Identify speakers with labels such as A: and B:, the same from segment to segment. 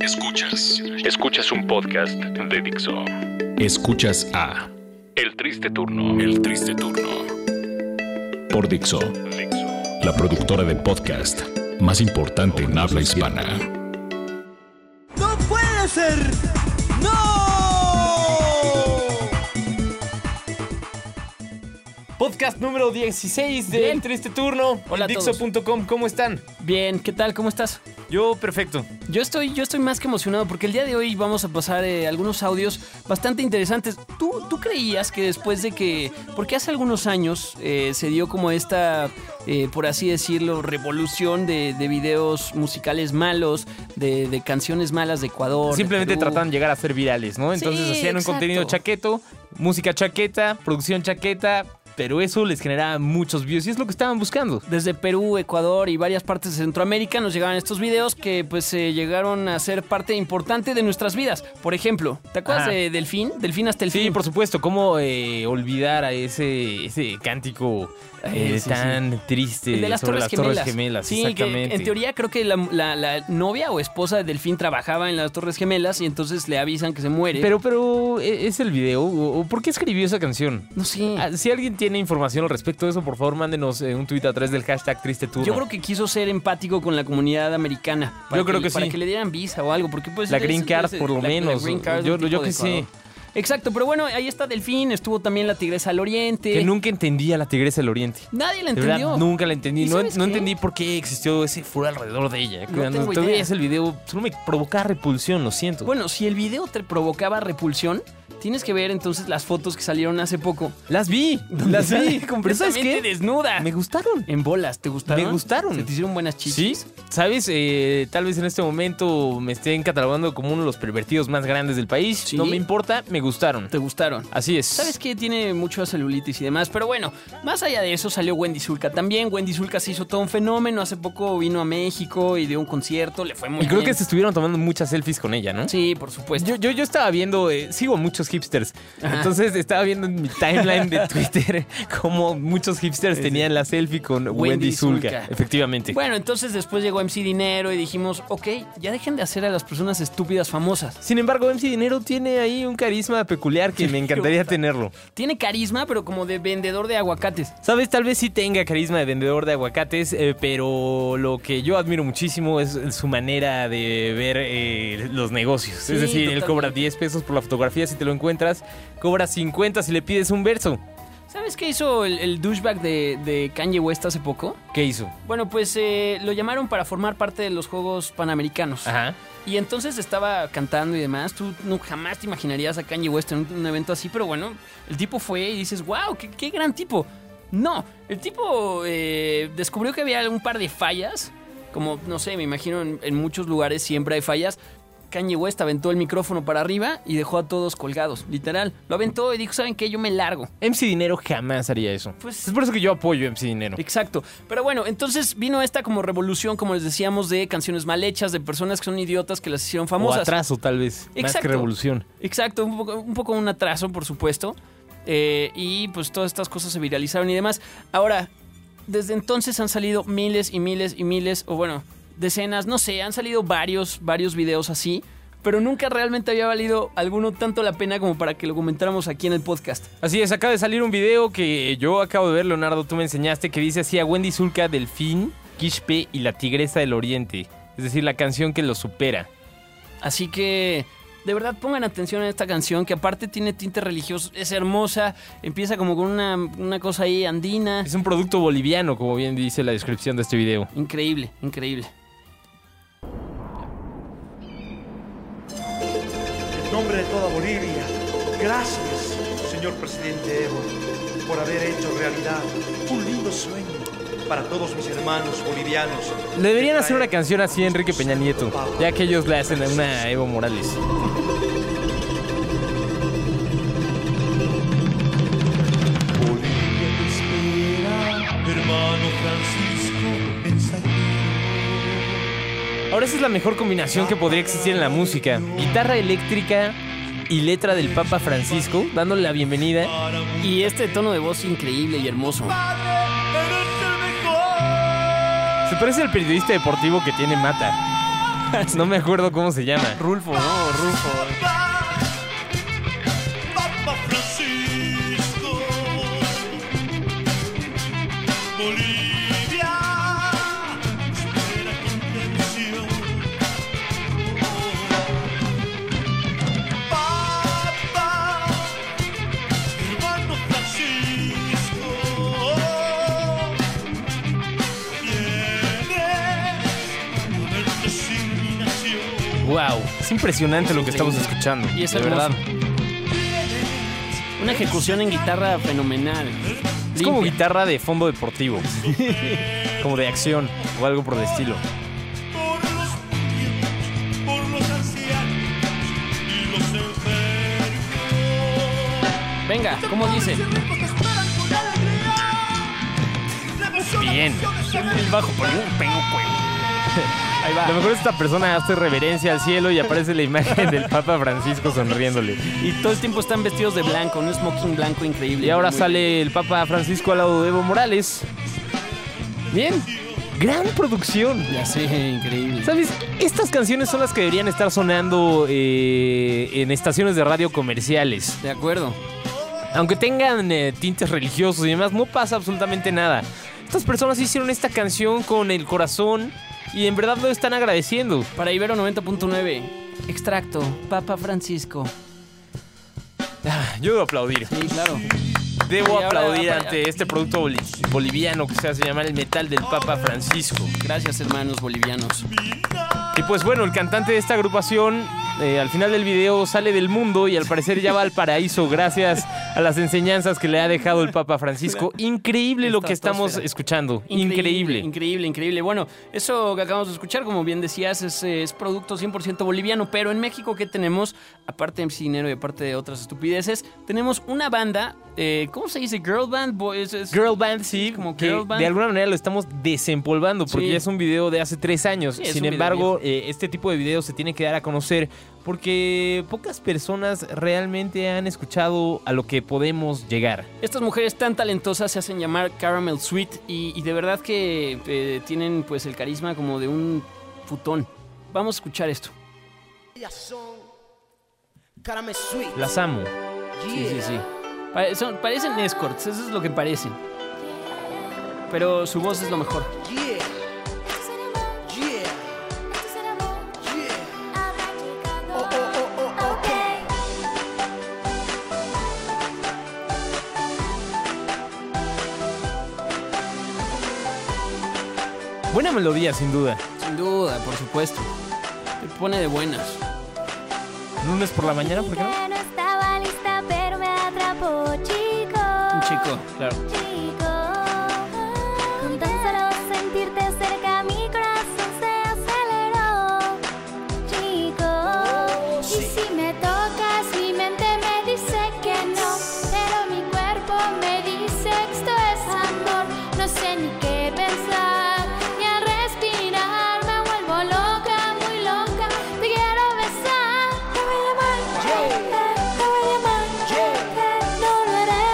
A: Escuchas, escuchas un podcast de Dixo. Escuchas a El Triste Turno, El Triste Turno. Por Dixo, la productora de podcast más importante en habla hispana.
B: ¡No puede ser! ¡No!
C: Podcast número 16 de
D: Bien.
C: El Triste Turno.
D: Hola a todos.
C: Dixo.com, ¿cómo están?
D: Bien, ¿qué tal? ¿Cómo estás?
C: Yo perfecto.
D: Yo estoy, yo estoy más que emocionado porque el día de hoy vamos a pasar eh, algunos audios bastante interesantes. ¿Tú, ¿Tú creías que después de que... Porque hace algunos años eh, se dio como esta, eh, por así decirlo, revolución de, de videos musicales malos, de, de canciones malas de Ecuador. de
C: Simplemente
D: Perú?
C: tratan de llegar a ser virales, ¿no? Entonces
D: Sí,
C: hacían un
D: exacto.
C: contenido chaqueto, música chaqueta, producción chaqueta, pero eso les generaba muchos views y es lo que estaban buscando.
D: Desde Perú, Ecuador y varias partes de Centroamérica nos llegaban estos videos que pues eh, llegaron a ser parte importante de nuestras vidas. Por ejemplo, ¿te acuerdas
C: Ajá.
D: de Delfín? Delfín hasta el
C: Sí,
D: fin.
C: por supuesto, cómo eh, olvidar a ese, ese cántico eh,
D: Ay, sí,
C: tan triste
D: El de las,
C: sobre
D: torres,
C: las
D: gemelas.
C: Torres Gemelas.
D: Sí, que
C: exactamente.
D: en teoría creo que la, la- la novia o esposa de Delfín trabajaba en las Torres Gemelas y entonces le avisan que se muere.
C: Pero, pero, ¿e- ¿es el video? ¿O o por qué escribió esa canción?
D: no sé.
C: Ah, Si alguien tiene información al respecto de eso, por favor, mándenos eh, un tuit a través del hashtag triste turno.
D: Yo creo que quiso ser empático con la comunidad americana. para
C: Yo creo que
D: Para
C: sí.
D: que le dieran visa o algo. Porque pues,
C: La
D: es-
C: green
D: es-
C: card,
D: es-
C: por lo
D: la- la
C: menos.
D: green card es
C: Yo-
D: un
C: yo
D: tipo
C: que
D: de
C: sí.
D: Ecuador. Exacto, pero bueno, ahí está Delfín, estuvo también la Tigresa al Oriente.
C: Que nunca entendía la tigresa del oriente.
D: Nadie la
C: De verdad,
D: entendió.
C: nunca la entendí.
D: ¿Y
C: No,
D: sabes
C: no
D: qué?
C: entendí por qué existió ese furor alrededor de ella.
D: No
C: Cuando
D: tengo
C: tú
D: idea.
C: veías el video, solo me provocaba repulsión, lo siento.
D: Bueno, si el video te provocaba repulsión, tienes que ver entonces las fotos que salieron hace poco.
C: las vi, las vi. Pero ¿Sabes
D: completamente
C: qué?
D: desnuda.
C: Me gustaron.
D: En bolas, ¿te gustaron?
C: Me gustaron.
D: ¿Se te hicieron buenas
C: Sí,
D: chichis?
C: sabes, Eh, tal vez en este momento me estén catalogando como uno de los pervertidos más grandes del país.
D: Sí.
C: No me importa, me gustaron.
D: ¿Te gustaron?
C: Así es.
D: ¿Sabes que Tiene mucho celulitis y demás. Pero bueno, más allá de eso salió Wendy Zulka también. Wendy Zulka se hizo todo un fenómeno. Hace poco vino a México y dio un concierto. Le fue muy
C: Y creo que
D: bien.
C: se estuvieron tomando muchas selfies con ella, ¿no?
D: Sí, por supuesto.
C: Yo, yo, yo estaba viendo, eh, sigo muchos hipsters, entonces estaba viendo en mi timeline de Twitter cómo muchos hipsters tenían la selfie con Wendy, Zulka.
D: Zulka.
C: Efectivamente.
D: Bueno, entonces después llegó MC Dinero y dijimos, ok, ya dejen de hacer a las personas estúpidas famosas.
C: Sin embargo, MC Dinero tiene ahí un carisma peculiar que me encantaría tenerlo.
D: Tiene carisma, pero como de vendedor de aguacates.
C: Sabes, tal vez sí tenga carisma de vendedor de aguacates, eh, pero lo que yo admiro muchísimo es su manera de ver eh, los negocios.
D: Sí,
C: es decir, él
D: totalmente.
C: cobra 10 pesos por la fotografía si te lo encuentras, cobra 50 si le pides un verso.
D: ¿Sabes qué hizo el, el douchebag de, de Kanye West hace poco?
C: ¿Qué hizo?
D: Bueno, pues eh, lo llamaron para formar parte de los Juegos Panamericanos.
C: Ajá.
D: Y entonces estaba cantando y demás. Tú no, jamás te imaginarías a Kanye West en un, un evento así, pero bueno, el tipo fue y dices, wow, qué, qué gran tipo. No, el tipo eh, descubrió que había un par de fallas. Como, no sé, me imagino en, en muchos lugares siempre hay fallas. Kanye West aventó el micrófono para arriba y dejó a todos colgados, literal. Lo aventó y dijo, ¿saben qué? Yo me largo.
C: MC Dinero jamás haría eso.
D: Pues-
C: es por eso que yo apoyo a MC Dinero.
D: Exacto. Pero bueno, entonces vino esta como revolución, como les decíamos, de canciones mal hechas, de personas que son idiotas que las hicieron
C: O
D: famosas.
C: atraso, tal vez. Más que
D: Exacto.
C: revolución.
D: Exacto, un poco un, poco un atraso, por supuesto. Eh, y pues todas estas cosas se viralizaron y demás. Ahora, desde entonces han salido miles y miles y miles, o bueno, decenas, no sé, han salido varios, varios videos así. Pero nunca realmente había valido alguno tanto la pena como para que lo comentáramos aquí en el podcast.
C: Así es, acaba de salir un video que yo acabo de ver, Leonardo, tú me enseñaste, que dice así a Wendy Zulka, Delfín, Quispe y la Tigresa del Oriente. Es decir, la canción que lo supera.
D: Así que de verdad pongan atención a esta canción que aparte tiene tinte religioso, es hermosa, empieza como con una, una cosa ahí andina.
C: Es un producto boliviano, como bien dice la descripción de este video.
D: Increíble, increíble.
E: En nombre de toda Bolivia, gracias, señor presidente Evo, por haber hecho realidad un lindo sueño para todos mis hermanos bolivianos.
C: Le deberían hacer una canción así a Enrique Peña Nieto, ya que ellos le hacen a una Evo Morales.
E: Bolivia te espera, hermano Francisco,
C: Ahora esa es la mejor combinación que podría existir en la música. Guitarra eléctrica y letra del Papa Francisco, dándole la bienvenida.
D: Y este tono de voz increíble y hermoso.
C: Se parece al periodista deportivo que tiene Mata. No me acuerdo cómo se llama.
D: Rulfo, ¿no? Rulfo.
F: Papa Francisco, Bolivia, espera con tensión. Papa, hermano Francisco, vienes a verte sin mi nación.
C: Wow. Es impresionante lo que estamos escuchando.
D: Y es
C: de
D: hermoso.
C: verdad.
D: Una ejecución en guitarra fenomenal.
C: Es como
D: Limpia.
C: guitarra de fondo deportivo. como de acción o algo por el estilo.
F: por los niños, por los ancianos y los enfermos.
D: Venga, ¿cómo dice?
C: Bien.
F: El bajo por
D: Ahí
C: A lo
D: va.
C: mejor esta persona hace reverencia al cielo y aparece la imagen del Papa Francisco sonriéndole.
D: Y todo el tiempo están vestidos de blanco, un smoking blanco increíble.
C: Y ahora
D: Muy-
C: sale el Papa Francisco al lado de Evo Morales. Bien. Gran producción.
D: Ya sé, increíble.
C: ¿Sabes? Estas canciones son las que deberían estar sonando eh, en estaciones de radio comerciales.
D: De acuerdo.
C: Aunque tengan eh, tintes religiosos y demás, no pasa absolutamente nada. Estas personas hicieron esta canción con el corazón y en verdad lo están agradeciendo.
D: Para Ibero 90.9, extracto, Papa Francisco.
C: Yo debo aplaudir.
D: Sí, claro. Y
C: Debo
D: ahora,
C: aplaudir
D: apa-
C: ante este producto boli- boliviano que se hace llamar el metal del Papa Francisco.
D: Gracias, hermanos bolivianos.
C: Y pues bueno, el cantante de esta agrupación eh, al final del video sale del mundo y al parecer ya va al paraíso gracias a las enseñanzas que le ha dejado el Papa Francisco. Increíble lo que estamos
D: Estratosfera.
C: escuchando. Increíble.
D: Increíble, increíble. Bueno, eso que acabamos de escuchar, como bien decías, es, eh, es producto 100% boliviano, pero en México, ¿qué tenemos? Aparte de MC Dinero y aparte de otras estupideces, tenemos una banda, eh, ¿cómo se dice? Girl Band, boy- es- es-
C: Girl Band, sí,
D: Como
C: que
D: girl band.
C: de alguna manera lo estamos desempolvando porque
D: Sí.
C: ya es un video de hace tres años.
D: Sí, es
C: Sin
D: un video
C: embargo, eh, este tipo de videos se tiene que dar a conocer porque pocas personas realmente han escuchado a lo que podemos llegar.
D: Estas mujeres tan talentosas se hacen llamar Caramel Sweet y, y de verdad que eh, tienen pues el carisma como de un futón. Vamos a escuchar esto.
G: Ellas son Caramel Sweet.
C: Las amo.
D: Sí, sí,
G: Yeah.
D: sí. Pa- son- parecen escorts, eso es lo que parecen. Pero su voz es lo mejor.
G: Yeah. Yeah. Yeah. Oh, oh, oh, oh, oh, oh.
C: Buena melodía, sin duda.
D: Sin duda, por supuesto. Te pone de buenas.
C: Lunes por la mañana, ¿por qué no?
H: no estaba lista, pero me atrapó, chico.
D: Un chico, claro.
H: Chico. Con tan solo sentirte cerca, mi corazón se aceleró. Chico. Y si me tocas, mi mente me dice que no. Pero mi cuerpo me dice que esto es amor. No sé ni qué pensar. Ni al respirar me vuelvo loca, muy loca. Te quiero besar. Te voy a llamar. Te voy a llamar. No lo haré.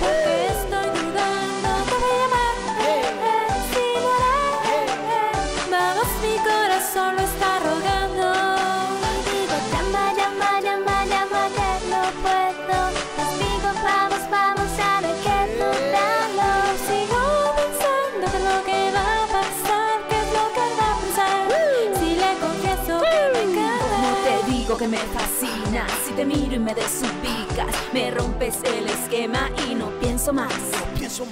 H: Porque estoy dudando. Te voy a llamar. Sí lo haré. Vamos, mi corazón lo está rogando. Digo, llama, llama, llama, llama, que no puedo. Les digo, vamos, vamos, ya no hay que dudarlo. Sigo pensando que es lo que va a pasar, que es lo que va a pensar. Si le confieso que me
I: No
H: encanta.
I: te digo que me fascinas, si te miro y me desubicas, me rompes el esquema y no pienso más.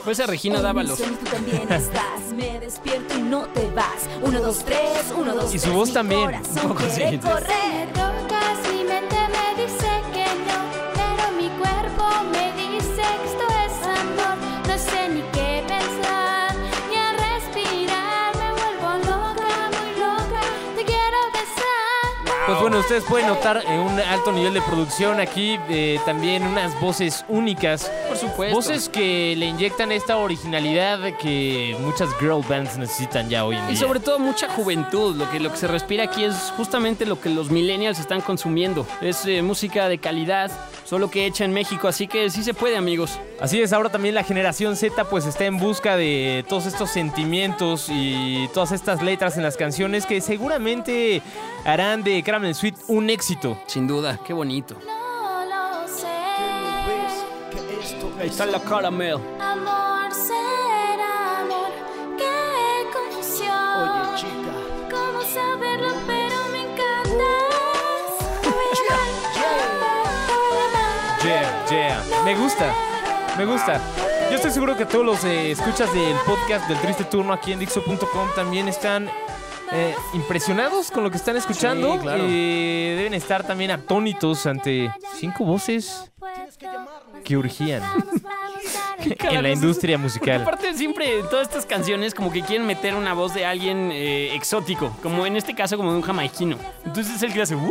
D: Fue esa Regina Dávalos.
I: En mis sueños tú también estás, me despierto y no te vas. Uno, dos, tres, uno, dos,
C: Y su
I: tres,
C: voz
I: mi
C: también,
I: corazón
C: un poco
I: quiere
C: sí.
I: correr.
H: Me tocas, mi mente me dice que no, pero mi cuerpo me dice que esto es amor. No sé ni qué pensar, ni al respirar me vuelvo loca, muy loca. Te quiero besar.
C: Pues bueno, ustedes pueden notar eh, un alto nivel de producción aquí, eh, también unas voces únicas.
D: Por supuesto.
C: Voces que le inyectan esta originalidad que muchas girl bands necesitan ya hoy en día.
D: Y sobre todo mucha juventud. Lo que, lo que se respira aquí es justamente lo que los millennials están consumiendo. Es eh, música de calidad, solo que hecha en México. Así que sí se puede, amigos.
C: Así es, ahora también la generación Z pues está en busca de todos estos sentimientos y todas estas letras en las canciones que seguramente harán de Caramel Sweet un éxito.
D: Sin duda, qué bonito.
H: No lo sé.
D: Ahí está la caramel.
H: Amor ser amor, qué confusión.
G: Oye, chica.
H: ¿Cómo saberlo? Pero me encantas. Te voy a amar, te voy a amar.
C: Yeah, yeah. Me gusta, me gusta. Yo estoy seguro que todos los eh, escuchas del podcast del Triste Turno aquí en Dixo.com también están eh, impresionados con lo que están escuchando.
D: Sí, claro.
C: Eh, deben estar también atónitos ante cinco voces que urgían en la industria
D: Porque
C: musical.
D: aparte siempre en todas estas canciones como que quieren meter una voz de alguien eh, exótico, como en este caso como de un jamaiquino. Entonces él que hace, ¡Woo!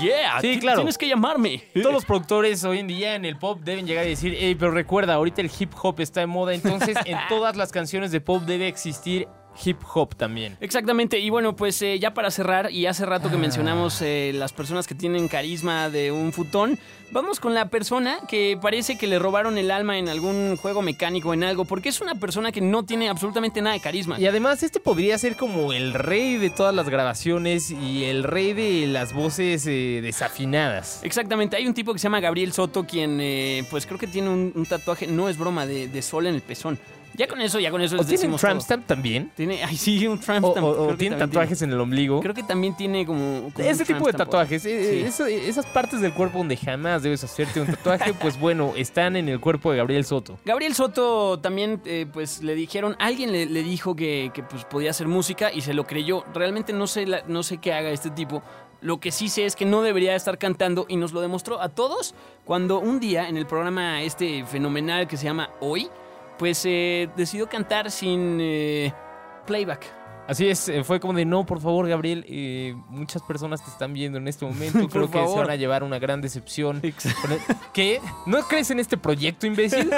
D: ¡Yeah!
C: Sí,
D: ti-
C: claro.
D: Tienes que llamarme.
C: Todos los productores hoy en día en el pop deben llegar y decir, "Ey, pero recuerda, ahorita el hip hop está de moda, entonces en todas las canciones de pop debe existir hip hop también.
D: Exactamente, y bueno, pues eh, ya para cerrar, y hace rato que mencionamos eh, las personas que tienen carisma de un futón, vamos con la persona que parece que le robaron el alma en algún juego mecánico, en algo, porque es una persona que no tiene absolutamente nada de carisma.
C: Y además este podría ser como el rey de todas las grabaciones y el rey de las voces eh, desafinadas.
D: Exactamente, hay un tipo que se llama Gabriel Soto, quien eh, pues creo que tiene un, un tatuaje, no es broma, de, de sol en el pezón. Ya con eso, ya con eso
C: ¿O
D: les
C: tienen
D: decimos
C: tramp
D: todo.
C: stamp también?
D: Tiene, ay, sí, un tramp
C: ¿O,
D: stamp,
C: o- o
D: creo que
C: tienen
D: también
C: tatuajes en el ombligo?
D: tiene. creo que también tiene como... como
C: Ese
D: un
C: tipo de
D: tramp stamp.
C: tatuajes, eh,
D: Sí.
C: eso- esas partes del cuerpo donde jamás debes hacerte un tatuaje, pues bueno, están en el cuerpo de Gabriel Soto.
D: Gabriel Soto también, eh, pues le dijeron, alguien le, le dijo que, que, pues, podía hacer música y se lo creyó. Realmente no sé, la- no sé qué haga este tipo. Lo que sí sé es que no debería estar cantando y nos lo demostró a todos cuando un día en el programa este fenomenal que se llama Hoy, pues eh, decidió cantar sin eh, playback.
C: Así es, eh, fue como de, no, por favor, Gabriel, eh, muchas personas te están viendo en este momento, creo que se
D: favor.
C: van a llevar una gran decepción. ¿Qué? ¿No crees en este proyecto, imbécil?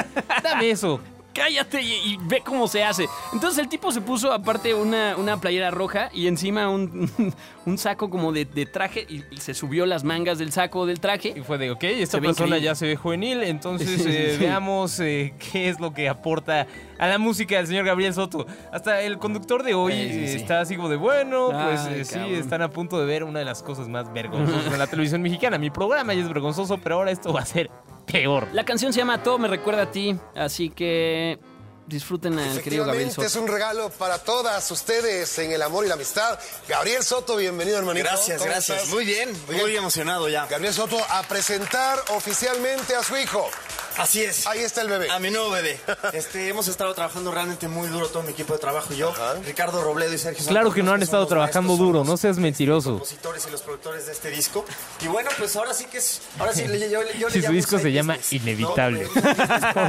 C: Dame eso.
D: cállate y, y ve cómo se hace. Entonces el tipo se puso aparte una, una playera roja y encima un, un saco como de, de traje y, y se subió las mangas del saco del
C: Y
D: traje.
C: fue de, ok, esta
D: Se ve
C: persona
D: increíble.
C: ya se ve juvenil, entonces
D: Sí, sí,
C: eh,
D: sí.
C: veamos eh, qué es lo que aporta a la música del señor Gabriel Soto. Hasta el conductor de hoy
D: Sí, sí,
C: eh,
D: sí.
C: está así como de, bueno,
D: Ay,
C: pues eh, sí,
D: cabrón.
C: están a punto de ver una de las cosas más vergonzosas de la televisión mexicana. Mi programa ya es vergonzoso, pero ahora esto va a ser peor.
D: La canción se llama Todo me recuerda a ti, así que disfruten al querido Gabriel
J: Efectivamente,
D: Soto.
J: es un regalo para todas ustedes en el amor y la amistad. Gabriel Soto, bienvenido, hermanito.
K: Gracias,
J: ¿Cómo
K: gracias.
J: estás?
K: Muy bien,
J: Oye,
K: muy emocionado ya.
J: Gabriel Soto, a presentar oficialmente a su hijo.
K: Así es.
J: Ahí está el bebé.
K: A mi nuevo bebé. Este, hemos estado trabajando realmente muy duro todo mi equipo de trabajo. Yo,
J: Ajá.
K: Ricardo Robledo y Sergio
C: Pues Claro
K: Santos,
C: que no han
K: son
C: estado
K: los
C: trabajando
K: maestros, son
C: duro,
K: los
C: no seas mentiroso.
K: compositores y los productores de este disco. Y bueno, pues ahora sí que es. Ahora sí, le- yo, yo, yo le
C: Si su
K: llamo
C: disco
K: side
C: se llama
K: business.
C: Inevitable.
K: No, pero-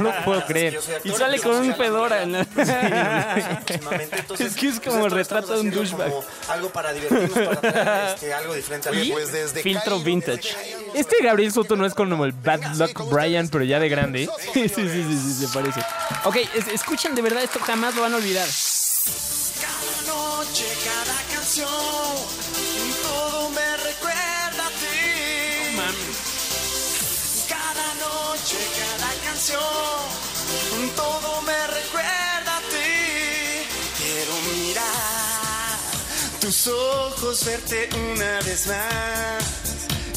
C: No lo puedo
K: Yo
C: creer.
K: soy actor,
D: Y sale
K: yo
D: con
K: soy
D: un
K: actor,
D: pedora,
K: ¿no?
D: ¿no?
K: Próximamente, entonces,
D: Es que es
K: pues,
D: como el
K: esto lo
D: retrato
K: estamos
D: de un
K: haciendo
D: douchebag.
K: como Algo para divertirnos, para traer este, algo diferente al
J: Oye, pues desde
D: Filtro
J: Cairo,
D: vintage.
J: desde Cairo.
C: Este Gabriel Soto no es como el Bad Luck Brian, pero ya de grande.
D: Sí, sí, sí, sí, sí, se parece. Ok, es- escuchen, de verdad esto jamás lo van a olvidar.
K: Cada noche, cada canción, todo me recuerda a ti. Cada noche, cada canción, todo me recuerda a ti. Quiero mirar tus ojos, verte una vez más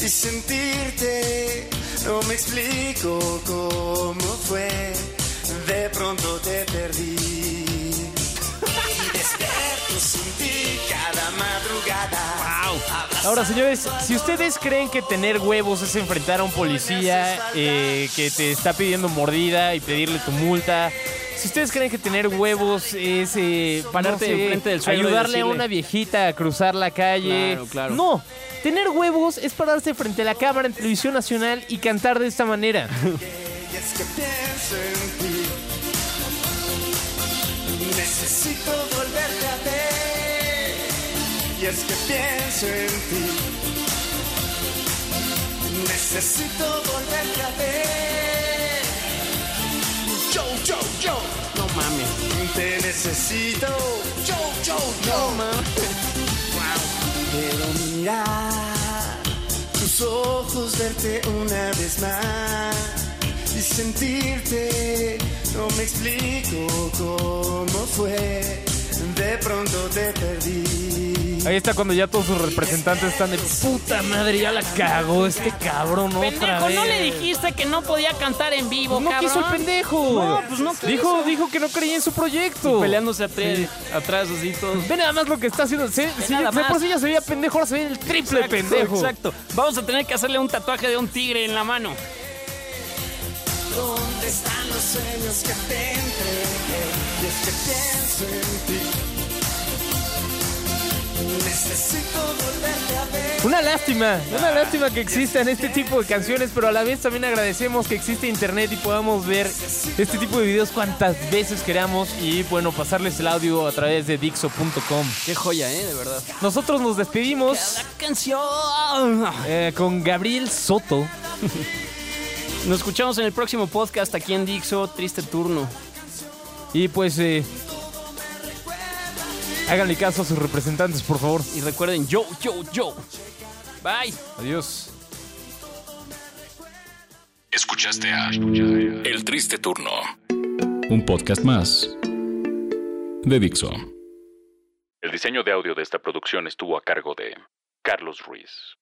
K: y sentirte. No me explico cómo fue, de pronto te perdí. Y despierto sin ti cada madrugada.
C: Ahora, señores, si ustedes creen que tener huevos es enfrentar a un policía eh, que te está pidiendo mordida y pedirle tu multa, si ustedes creen que tener huevos es eh,
D: Pararte
C: no sé,
D: enfrente del suelo y
C: ayudarle a
D: decirle-
C: una viejita a cruzar la calle,
D: Claro, claro.
C: no, tener huevos es pararse frente a la cámara en televisión nacional y cantar de esta manera.
K: Y es que pienso en ti. Necesito volverte a ver. Y es que pienso en ti. Necesito volverte a ver. Yo, yo, yo.
D: No mames.
K: Te necesito. Yo, yo, yo. Quiero mirar tus ojos, verte una vez más y sentirte. No me explico cómo fue. De pronto te perdí.
C: Ahí está cuando ya todos sus representantes están de puta madre, ya la cagó este cabrón otra
D: Pendejo,
C: vez.
D: no le dijiste que no podía cantar en vivo,
C: No
D: cabrón.
C: quiso el pendejo.
D: No, pues no quiso.
C: Dijo, dijo que no creía en su proyecto.
D: Peleándose atrás, atrás así todos.
C: Ve nada más lo que está haciendo. Se,
D: Ve
C: se-
D: nada
C: de por
D: más.
C: sí ya se veía pendejo, ahora se ve el triple
D: Exacto,
C: pendejo.
D: Exacto. Vamos a tener que hacerle un tatuaje de un tigre en la mano.
K: ¿Dónde están los sueños que te entregué? Y es que pienso en ti. Necesito volverte a ver.
C: Una lástima, una lástima que existan este tipo de canciones, pero a la vez también agradecemos que existe internet y podamos ver este tipo de videos cuantas veces queramos y bueno, pasarles el audio a través de dixo.com.
D: Qué joya, ¿eh? De verdad.
C: Nosotros nos despedimos
D: Canción.
C: eh, con Gabriel Soto.
D: Nos escuchamos en el próximo podcast aquí en Dixo. Triste turno.
C: Y pues eh, háganle caso a sus representantes, por favor.
D: Y recuerden, yo, yo, yo. Bye.
C: Adiós.
A: Escuchaste a El Triste Turno. Un podcast más de Dixo. El diseño de audio de esta producción estuvo a cargo de Carlos Ruiz.